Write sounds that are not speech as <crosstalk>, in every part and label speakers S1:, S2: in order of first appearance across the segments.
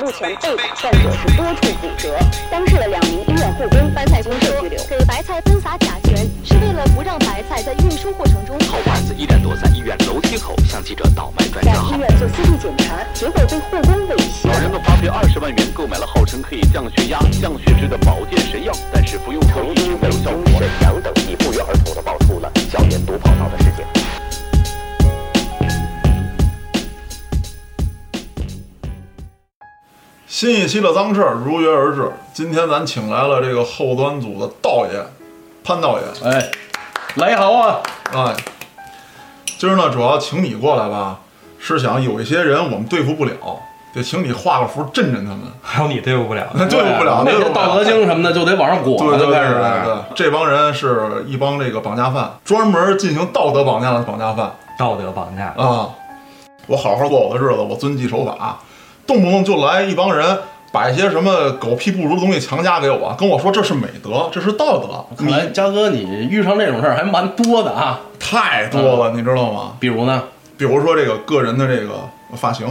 S1: 目前被打患者是多处骨折，当事的两名医院护工白菜公社拘留。
S2: 给白菜喷洒甲醛是为了不让白菜在运输过程中。
S3: 好汉子依然躲在医院楼梯口向记者倒卖专
S1: 在
S3: 家
S1: 医
S3: 号。
S1: 院做 CT 检查，结果被护工猥亵。
S3: 老人们花费二十万元购买了号称可以降血压、降血脂的保健神药，但是服用后一直没有效果。沈阳等地不约而同的爆出了校园毒跑道的事件。
S4: 新一期的脏事儿如约而至。今天咱请来了这个后端组的道爷潘道爷，
S5: 哎，来好啊！
S4: 哎，今儿呢主要请你过来吧，是想有一些人我们对付不了，得请你画个符镇镇他们。 <laughs>
S6: 还有你对付不了，
S4: 对付不了，
S5: 啊那
S4: 对付
S5: 些
S4: 不
S5: 道
S4: 了
S5: 德。经什么的就得往上裹
S4: 对
S5: 了，
S4: 对
S5: 就
S4: 对
S5: 开始
S4: 对对，这帮人是一帮这个绑架犯，专门进行道德绑架的绑架犯
S6: 道德绑架。
S4: 啊！我好好过我的日子，我遵纪守法，动不动就来一帮人把一些什么狗屁不如的东西强加给我，跟我说这是美德，这是道德。
S5: 看来嘉哥你遇上这种事儿还蛮多的啊，
S4: 太多了，你知道吗？
S5: 比如呢，
S4: 比如说这个个人的这个发型、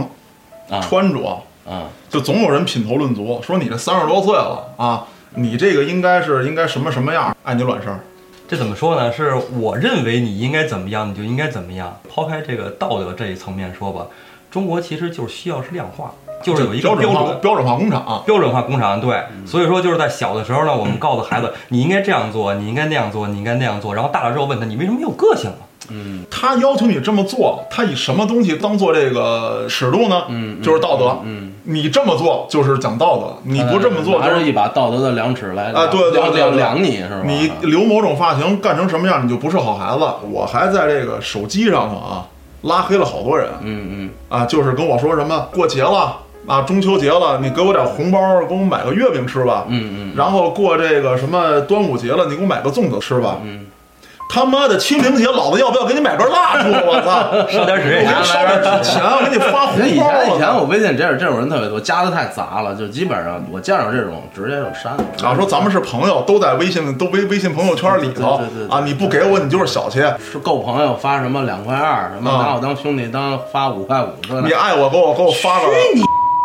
S5: 啊
S4: 穿着，
S5: 啊，
S4: 就总有人品头论足，说你这三十多岁了啊，你这个应该是应该什么什么样，爱你卵事儿。
S6: 这怎么说呢？是我认为你应该怎么样，你就应该怎么样。抛开这个道德这一层面说吧，中国其实就是需要是量化，就是有一个
S4: 标准
S6: 标
S4: 化
S6: 准
S4: 标准化工厂，
S6: 标准化工厂。对，所以说就是在小的时候呢，我们告诉孩子，你应该这样做，你应该那样做，你应该那样做。然后大了之后问他，你为什么没有个性了？啊
S4: 他要求你这么做，他以什么东西当做这个尺度呢？嗯，就是道德。嗯，你这么做就是讲道德，你不这么做
S5: 呃拿
S4: 就
S5: 着
S4: 是
S5: 一把道德的量尺来
S4: 啊对对
S5: 量
S4: 对对
S5: 量量你是吧？
S4: 你留某种发型干成什么样，你就不是好孩子。我还在这个手机上头啊拉黑了好多人。
S5: 嗯
S4: 啊，就是跟我说什么过节了啊，中秋节了，你给我点红包，给我买个月饼吃吧。嗯嗯。然后过这个什么端午节了，你给我买个粽子吃吧。嗯。他妈的清明节，老子要不要给你买根蜡烛？我操！
S6: 烧点纸也
S4: 我给
S6: 行
S4: 你烧点 <laughs> 纸钱，我给你发
S5: 嗯，那
S4: 红
S5: 以
S4: 包啊
S5: 前以前
S4: 我
S5: 我微信这种这种人特别多，加的太杂了，就基本上我见着这种直接就删了。
S4: 操啊，说咱们是朋友，都在微信都微微信朋友圈里头
S5: 对对对对
S4: 啊，你不给我，你就是小气。
S5: 是够朋友发什么两块二，什么
S4: 啊
S5: 拿我当兄弟当发五块五，说
S4: 你爱我，给我给我发个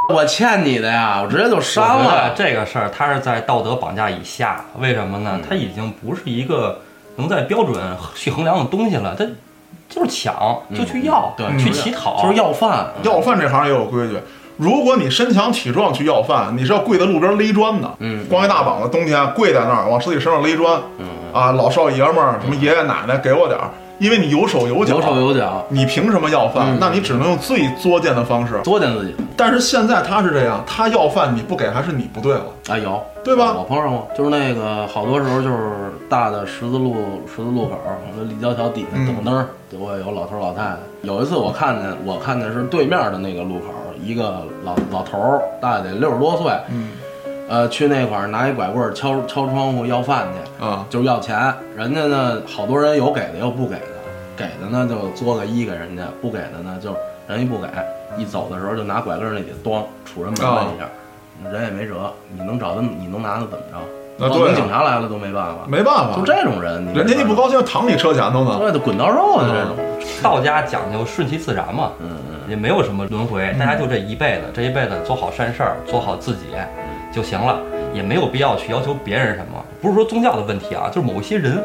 S5: 我欠你的呀，我直接就删
S6: 我觉
S5: 了
S6: 得。这个事儿，它是在道德绑架以下。为什么呢？
S5: 嗯
S6: 它已经不是一个能在标准去衡量的东西了，它就是抢，就去要，
S5: 嗯对
S6: 去乞讨，
S5: 就是要饭，
S4: 要饭这行也有规矩，如果你身强体壮去要饭，你是要跪在路边勒砖的。嗯，光一大膀子，冬天跪在那儿往自己身上勒砖。嗯啊，老少爷们儿，什么爷爷奶奶，给我点儿，因为你有手有脚。
S5: 有嗯手有脚，
S4: 你凭什么要饭？那你只能用最作贱的方式。
S5: 作践自己
S4: 但是现在他是这样，他要饭你不给还是你不对了，
S5: 啊，有
S4: 对
S5: 我
S4: 吧？
S5: 碰上过，就是那个好多时候就是大的十字路十字路口，那立交桥底下
S4: 嗯
S5: 等灯儿，就会有老头儿老太太。有一次我看见，我看见是对面的那个路口，一个老老头儿，大概得六十多岁，
S4: 嗯
S5: 呃，去那块儿拿一拐棍儿敲敲窗户要饭去，
S4: 啊，
S5: 就是要钱。人家呢，好多人有给的，有不给的，给的呢就作个一给人家，不给的呢就人一不给，一走的时候就拿拐棍儿那里咣杵人门
S4: 啊
S5: 了一下，人也没辙。你能找他们，你能拿他怎么着？
S4: 啊
S5: 报
S4: 对
S5: 警
S4: 啊
S5: 警察来了都没办法。
S4: 没办法
S5: 就，这种人，
S4: 人家一不高兴躺你车前头呢。
S5: 对，就滚刀肉的这种。
S6: 道家讲究顺其自然嘛，
S5: 嗯
S6: 也没有什么轮回，大家就这一辈子，这一辈子做好善事儿，做好自己
S5: 嗯
S6: 就行了，也没有必要去要求别人什么。不是说宗教的问题啊，就是某些人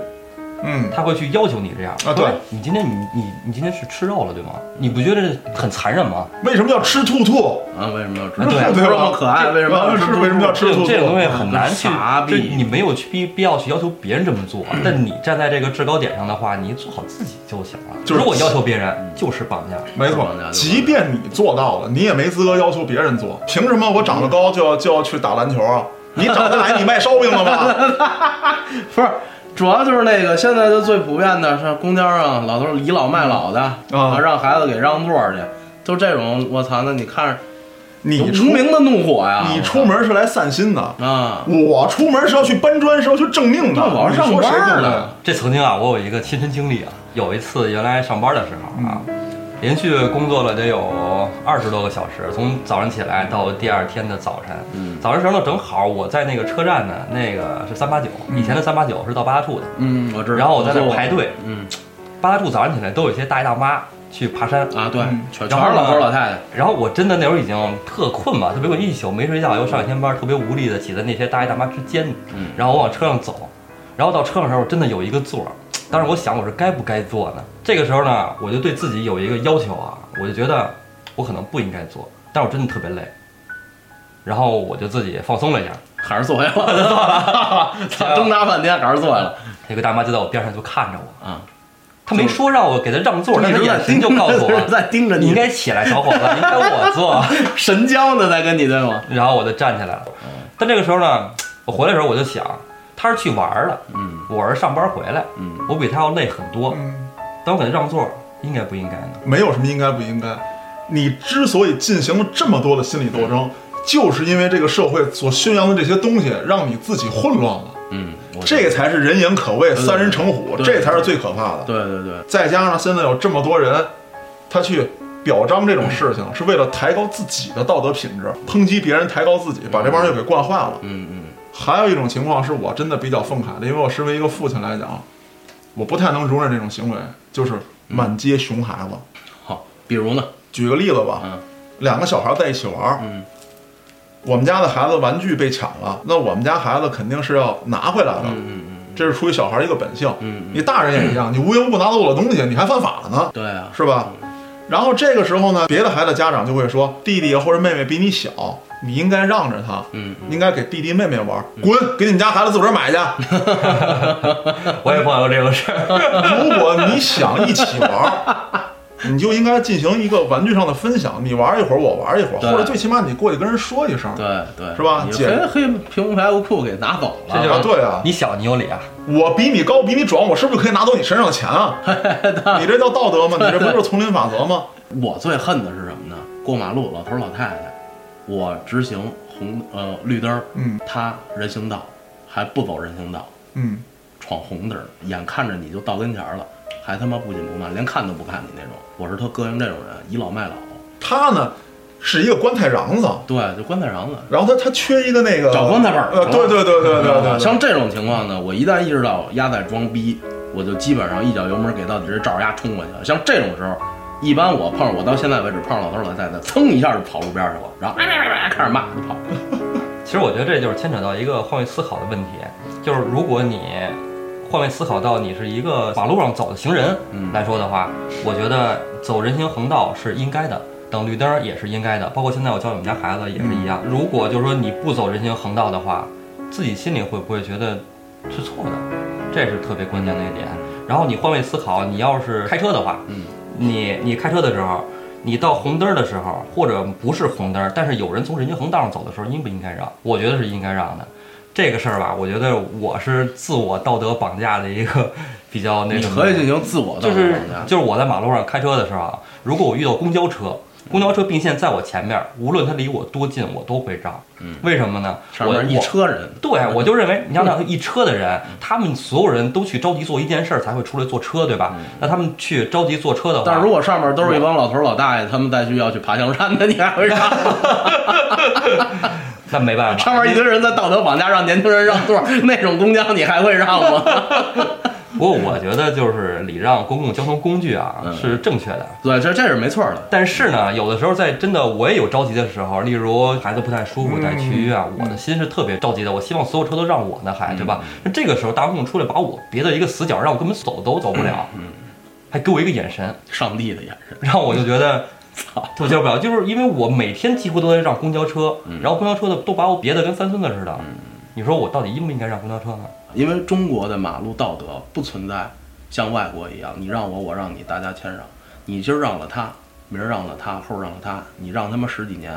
S4: 嗯，
S6: 他会去要求你这样
S4: 啊对
S6: 说哎你今天你你你今天是吃肉了对吗？你不觉得这很残忍吗？
S4: 为什么要吃兔兔？
S5: 嗯啊，为什么要吃？
S6: 对啊
S5: 这么可爱，为什么要吃 <laughs>
S4: 是？为什么要吃
S6: 这
S4: 兔兔？
S6: 种这种东西很难去
S5: 傻，逼
S6: 这你没有去必必要去要求别人这么做，啊但你站在这个制高点上的话，你做好自己就行了。
S4: 就是
S6: 如果要求别人，就是绑架。
S4: 没错
S5: 是吧，
S4: 即便你做到了，你也没资格要求别人做。凭什么我长得高就要就要去打篮球啊？你长得矮，你卖烧饼了
S5: <laughs>
S4: 吗？
S5: 不是，主要就是那个现在就最普遍的是公交上老头儿倚老卖老的
S4: 嗯啊
S5: 让孩子给让座儿去，就这种我操，那你看着
S4: 你
S5: 无
S4: 出
S5: 名啊的怒火呀！
S4: 你出门是来散心的，
S5: 啊，
S4: 我出门是要去搬砖，是要去挣命的。
S5: 对我
S4: 你
S5: 是上
S4: 说谁
S5: 班
S4: 对不对
S5: 呢？
S6: 这曾经啊，我有一个亲身经历啊，有一次原来上班的时候啊，连续工作了得有二十多个小时，从早上起来到第二天的早晨，早晨时候呢正好我在那个车站呢，那个是三八九，以前的三八九是到八大处的，
S5: 嗯，我知道。
S6: 然后我在那
S5: 做过
S6: 排队，
S5: 嗯，
S6: 八大处早上起来都有一些大爷大妈去爬山
S5: 啊，对
S4: 嗯，
S5: 全全
S6: 然后
S5: 是老头儿
S6: 呢
S5: 老太太，
S6: 然后我真的那会儿已经特困
S5: 嗯
S6: 吧，特别困，一宿没睡觉，又上一天班，特别无力的挤在那些大爷大妈之间。
S5: 嗯
S6: 然后我往车上走，然后到车上的时候，真的有一个座儿，当时我想我是该不该坐呢？这个时候呢，我就对自己有一个要求啊，我就觉得我可能不应该坐，但我真的特别累。然后我就自己放松了一下，
S5: 还是坐下了，
S6: <laughs>
S5: <laughs> 操，挣扎半天还是坐下了，
S6: 有个大妈就在我边上就看着我，
S5: 啊，
S6: 她没说让我给她让座，但
S5: 一
S6: 是
S5: 直在
S6: 眼
S5: 盯
S6: 神就告
S5: <laughs>
S6: 诉
S5: 一直
S6: 我，
S5: 在盯着
S6: 你
S5: 你，
S6: 应该起来，小伙子，应该我坐。
S5: 神交呢，在跟你对吗？
S6: 然后我就站起来了。但这个时候呢，我回来的时候我就想，他是去玩儿了，
S5: 嗯
S6: 我是上班回来，
S5: 嗯，
S6: 我比他要累很多。
S4: 嗯，
S6: 但我给他让座，应该不应该呢？
S4: 没有什么应该不应该。你之所以进行了这么多的心理斗争，就是因为这个社会所宣扬的这些东西，让你自己混乱了。
S5: 嗯，我
S4: 这个才是人言可畏，三人成虎，
S5: 对
S4: 这才是最可怕的。
S5: 对对对，
S4: 再加上现在有这么多人，他去表彰这种事情，是为了抬高自己的道德品质，抨击别人，抬高自己，把这帮人又给惯坏了。
S5: 嗯嗯
S4: 还有一种情况是我真的比较愤慨的，因为我身为一个父亲来讲，我不太能容忍这种行为，就是满街熊孩子。
S5: 好，比如呢，
S4: 举个例子吧，
S5: 嗯
S4: 两个小孩在一起玩，
S5: 嗯，
S4: 我们家的孩子玩具被抢了，那我们家孩子肯定是要拿回来的，
S5: 嗯嗯，
S4: 这是出于小孩一个本性。
S5: 嗯
S4: 你大人也一样，你无缘无故拿走我的东西，你还犯法了呢，
S5: 对啊，
S4: 是吧？然后这个时候呢，别的孩子家长就会说，弟弟或者妹妹比你小，你应该让着他，
S5: 嗯，
S4: 应该给弟弟妹妹玩，滚，给你们家孩子自个儿买去。
S6: 我也碰到过这种
S5: <laughs>
S6: 事儿。
S4: 如果你想一起玩儿，你就应该进行一个玩具上的分享，你玩一会儿，我玩一会儿，
S5: 对
S4: 或者最起码你过去跟人说一声。啊
S5: 对对，
S4: 是吧
S5: 你
S4: 姐
S5: 黑黑平红牌无裤给拿走
S6: 这
S5: 了，
S6: 就
S4: 啊，
S6: 是
S4: 对啊，
S6: 你小，你有理啊。
S4: 我比你高，比你壮，我是不是可以拿走你身上的钱
S6: <laughs>
S4: 啊？你这叫道德吗？你这不就是丛林法则吗？
S5: 我最恨的是什么呢？过马路老头儿老太太，我直行红呃绿灯儿，
S4: 嗯
S5: 他人行道还不走人行道，
S4: 嗯，
S5: 闯红灯儿，眼看着你就到跟前儿了，还他妈不紧不慢，连看都不看你那种。我是特膈应这种人，倚老卖老。
S4: 他呢是一个棺材瓤子，
S5: 对，就棺材瓤子，
S4: 然后他他缺一个那个
S5: 找棺材板儿
S4: 呃，对对对对
S5: 嗯
S4: 对对，
S5: 像这种情况呢，我一旦意识到丫在装逼，我就基本上一脚油门给到底，直接照着丫冲过去了。像这种时候，一般我碰上我到现在为止碰上老头儿老太太，噌一下就跑路边儿去了，然后哎哎哎哎开始骂就跑。
S6: 其实我觉得这就是牵扯到一个换位思考的问题，就是如果你换位思考到你是一个马路上走的行人
S5: 嗯
S6: 来说的话，我觉得走人行横道是应该的。等绿灯也是应该的，包括现在我教我们家孩子也是一样。
S5: 嗯
S6: 如果就是说你不走人行横道的话，自己心里会不会觉得是错的？这是特别关键的一点。然后你换位思考，你要是开车的话，
S5: 嗯，
S6: 你你开车的时候，你到红灯儿的时候，或者不是红灯儿，但是有人从人行横道上走的时候，应不应该让？我觉得是应该让的。这个事儿吧，我觉得我是自我道德绑架的一个比较那
S5: 你
S6: 什么
S5: 可以进行自我的
S6: 就是
S5: 绑架
S6: 就是我在马路上开车的时候啊，如果我遇到公交车，公交车并线在我前面，无论它离我多近，我都会让。嗯，为什么呢？
S5: 上
S6: 我
S5: 面一
S6: 我
S5: 车嗯人，
S6: 对，我就认为你想想一车的人，他们所有人都去着急做一件事儿才会出来坐车，对吧？那他们去着急坐车的话，
S5: 嗯但是如果上面都是一帮老头儿老大爷，他们再去要去爬象山的，你还会让？
S6: 那没办
S5: 上
S6: 法。
S5: 面一堆人在道德绑架让年轻人让座，那种公交你还会让吗？ <laughs>
S6: 不过我觉得就是礼让公共交通工具啊
S5: 嗯
S6: 是正确的。
S5: 对，这这是没错的。
S6: 但是呢，有的时候在真的我也有着急的时候，例如孩子不太舒服在去医院，我的心是特别着急的。我希望所有车都让我呢，还对吧？那这个时候大公共出来把我别到一个死角，让我根本走都走不了，还给我一个眼神，
S5: 上帝的眼神，
S6: 让我就觉得。特别受不了，就是因为我每天几乎都在让公交车，然后公交车的都把我别的跟三孙子似的。你说我到底应不应该让公交车呢？
S5: 因为中国的马路道德不存在像外国一样，你让我，我让你，大家谦让。你今儿让了他，明儿让了他，后儿让了他，你让他妈十几年，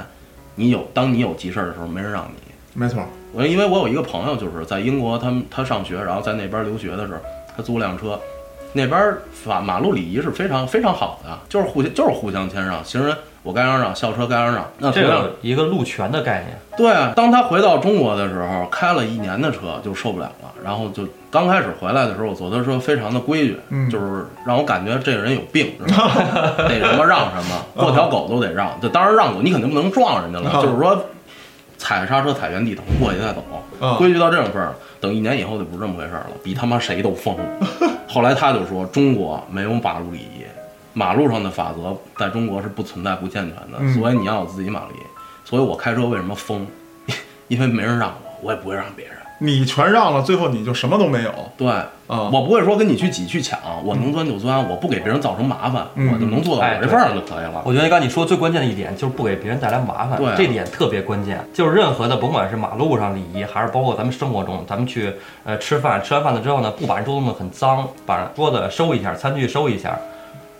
S5: 你有当你有急事儿的时候，没人让你。
S4: 没错，
S5: 我因为我有一个朋友，就是在英国，他们他上学，然后在那边留学的时候，他租辆车，那边法马路礼仪是非常非常好的，就是互相就是互相谦让，行人我该让让，校车该让让。那同
S6: 这
S5: 样
S6: 个一个路权的概念，
S5: 对，啊当他回到中国的时候，开了一年的车就受不了了，然后就刚开始回来的时候，我坐他车非常的规矩，
S4: 嗯
S5: 就是让我感觉这个人有病，知道吗得什么让什么，过条狗都得让，就当然让狗你肯定不能撞人家了，
S4: 啊
S5: 就是说踩刹车踩原地等过去再走，
S4: 啊
S5: 规矩到这种份儿了，等一年以后就不是这么回事儿了，比他妈谁都疯。后来他就说，中国没有马路礼仪，马路上的法则在中国是不存在不健全的，所以你要有自己马力。所以我开车为什么疯？ <laughs> 因为没人让我，我也不会让别人。
S4: 你全让了，最后你就什么都没有。啊
S5: 对，
S4: 哦
S5: 我不会说跟你去挤去抢，我能钻就钻，我不给别人造成麻烦，我就能做到
S6: 哎
S5: 我这份儿上就可以了。
S6: 我觉得刚才你说最关键的一点就是不给别人带来麻烦，
S5: 对啊
S6: 这点特别关键。就是任何的，甭管是马路上礼仪，还是包括咱们生活中，咱们去呃吃饭，吃完饭了之后呢，不把人桌子弄得很脏，把桌子收一下，餐具收一下。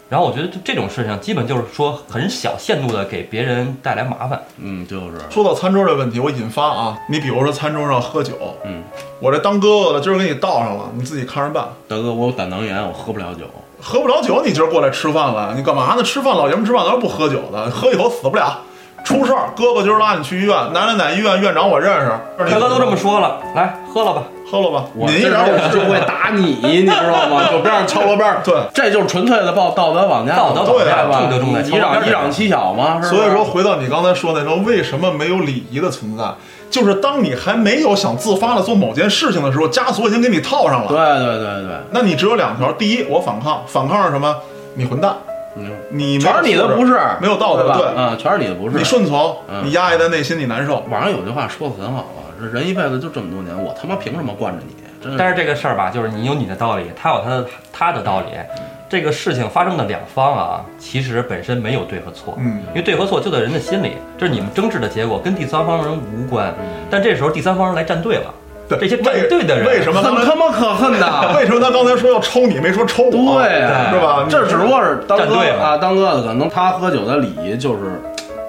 S6: 然后我觉得这这种事情基本就是说很小限度的给别人带来麻烦，
S5: 嗯，就是
S4: 说到餐桌这问题，我引发啊，你比如说餐桌上喝酒，
S5: 嗯，
S4: 我这当哥哥的今儿给你倒上了，你自己看着办。
S5: 大哥，我有胆囊炎，我喝不了酒。
S4: 喝不了酒，你今儿过来吃饭来，你干嘛呢？吃饭老爷们吃饭，咱不喝酒的，喝一口死不了，出事儿。哥哥今儿拉你去医院，奶奶奶医院院长我认识，
S6: 大哥都这么说了，来喝了吧。
S4: 喝了吧，
S5: 我
S4: 您一
S5: 这时
S4: 点
S5: 候
S4: 儿
S5: 我就会打 <laughs> 你，你知道吗？就边上敲
S4: <laughs>
S5: 锣边儿。
S4: 对
S5: 这就是纯粹的报道德绑架嘛，
S6: 道德
S4: 绑架
S5: 吧？
S6: 重就重在
S5: 你
S6: 敲锣边
S5: 攘
S6: 儿
S5: 你攘欺小嘛，是不是
S4: 所以说，回到你刚才说那种为什么没有礼仪的存在，就是当你还没有想自发的做某件事情的时候，枷锁已经给你套上
S5: 对
S4: 了。
S5: 对对对，
S4: 那你只有两条：第一，我反抗，反抗是什么？你混蛋，
S5: 嗯，
S4: 你没有
S5: 全是你的
S4: 素质
S5: 不是，
S4: 没有道德
S5: 对吧？
S4: 对
S5: 啊，全是你的不是。
S4: 你顺从，
S5: 嗯
S4: 你压抑在内心，你难受。
S5: 网上有句话说的很好啊，这人一辈子就这么多年，我他妈凭什么惯着你？
S4: 嗯
S5: 真
S6: 但是这个事儿吧，就是你有你的道理，他有他的他的道理。这个事情发生的两方啊，其实本身没有对和错，
S4: 嗯
S6: 因为对和错就在人的心里，这是你们争执的结果，跟第三方人无关。但这时候第三方人来站队了，
S4: 嗯对
S6: 这些
S4: 为
S6: 站队的人
S4: 为什么刚才
S5: 很他妈可恨的。
S4: 为什么他刚才说要抽你，没说抽我？
S5: <laughs>
S4: 啊
S5: 对啊呀
S4: 是吧？
S5: 这只不过是当
S6: 站
S5: 哥
S6: 队嘛
S5: 啊，当哥的可能他喝酒的礼仪就是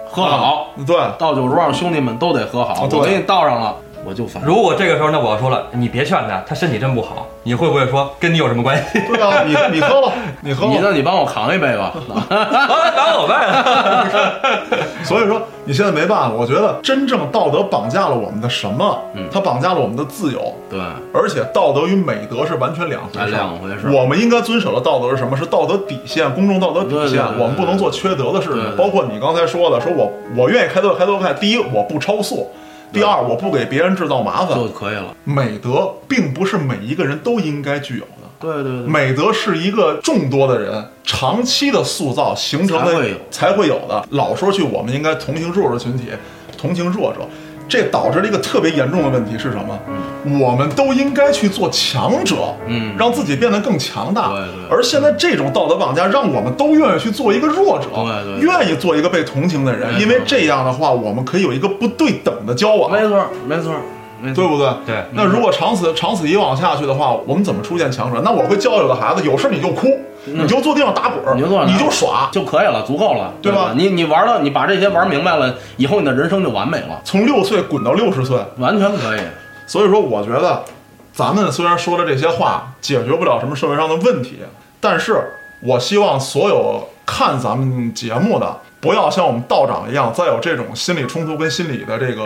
S5: 喝好，
S4: 对，
S5: 到酒桌上兄弟们都得喝好。
S4: 啊对
S5: 我给你倒上了，我就烦。
S6: 如果这个时候呢，我要说了，你别劝他，他身体真不好，你会不会说跟你有什么关系？ <laughs>
S4: <laughs> 对啊，你你喝了，你喝
S5: 你
S4: 了，
S5: 呢？你帮我扛一杯 <laughs> 吧。
S6: 啊，打我呗！
S4: 所以说你现在没办法。我觉得真正道德绑架了我们的什么？
S5: 嗯
S4: 它绑架了我们的自由，
S5: 对，
S4: 而且道德与美德是完全两回
S5: 哎，
S4: 事。
S5: 两回事。
S4: 我们应该遵守的道德是什么？是道德底线，公众道德底
S5: 对对
S4: 线。
S5: 对对
S4: 我们不能做缺德的事情。
S5: 对对对
S4: 包括你刚才说的，说我我愿意开多开多开，第一我不超速，第二我不给别人制造麻烦
S5: 就。可以了。
S4: 美德并不是每一个人都应该具有的。
S5: 对对对，
S4: 美德是一个众多的人长期的塑造形成的
S5: 才会有
S4: 才会有的。老说去，我们应该同情弱者群体，同情弱者，这导致了一个特别严重的问题是什么？我们都应该去做强者，
S5: 嗯
S4: 让自己变得更强大。
S5: 对对
S4: 而现在这种道德绑架，让我们都愿意去做一个弱者，
S5: 对对对
S4: 愿意做一个被同情的人，
S5: 没错
S4: 因为这样的话，我们可以有一个不对等的交往，
S5: 没错没错没
S4: <laughs> 对
S5: 错。
S4: 不对？
S6: 对，
S4: 那如果长此长此以往下去的话，我们怎么出现强者？那我会教育我的孩子，有事你就哭，你就坐地上打滚儿，
S5: 你就坐那儿
S4: 你就耍。
S5: 啊就可以了，足够了，
S4: 对吧
S5: 你你玩了，你把这些玩明白了，以后你的人生就完美了，
S4: 从六岁滚到六十岁，
S5: 完全可以。
S4: 所以说我觉得，咱们虽然说了这些话，解决不了什么社会上的问题，但是我希望所有看咱们节目的，不要像我们道长一样，再有这种心理冲突跟心理的这个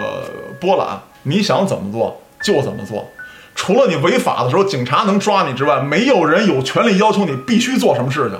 S4: 波澜。你想怎么做就怎么做，除了你违法的时候警察能抓你之外，没有人有权利要求你必须做什么事情。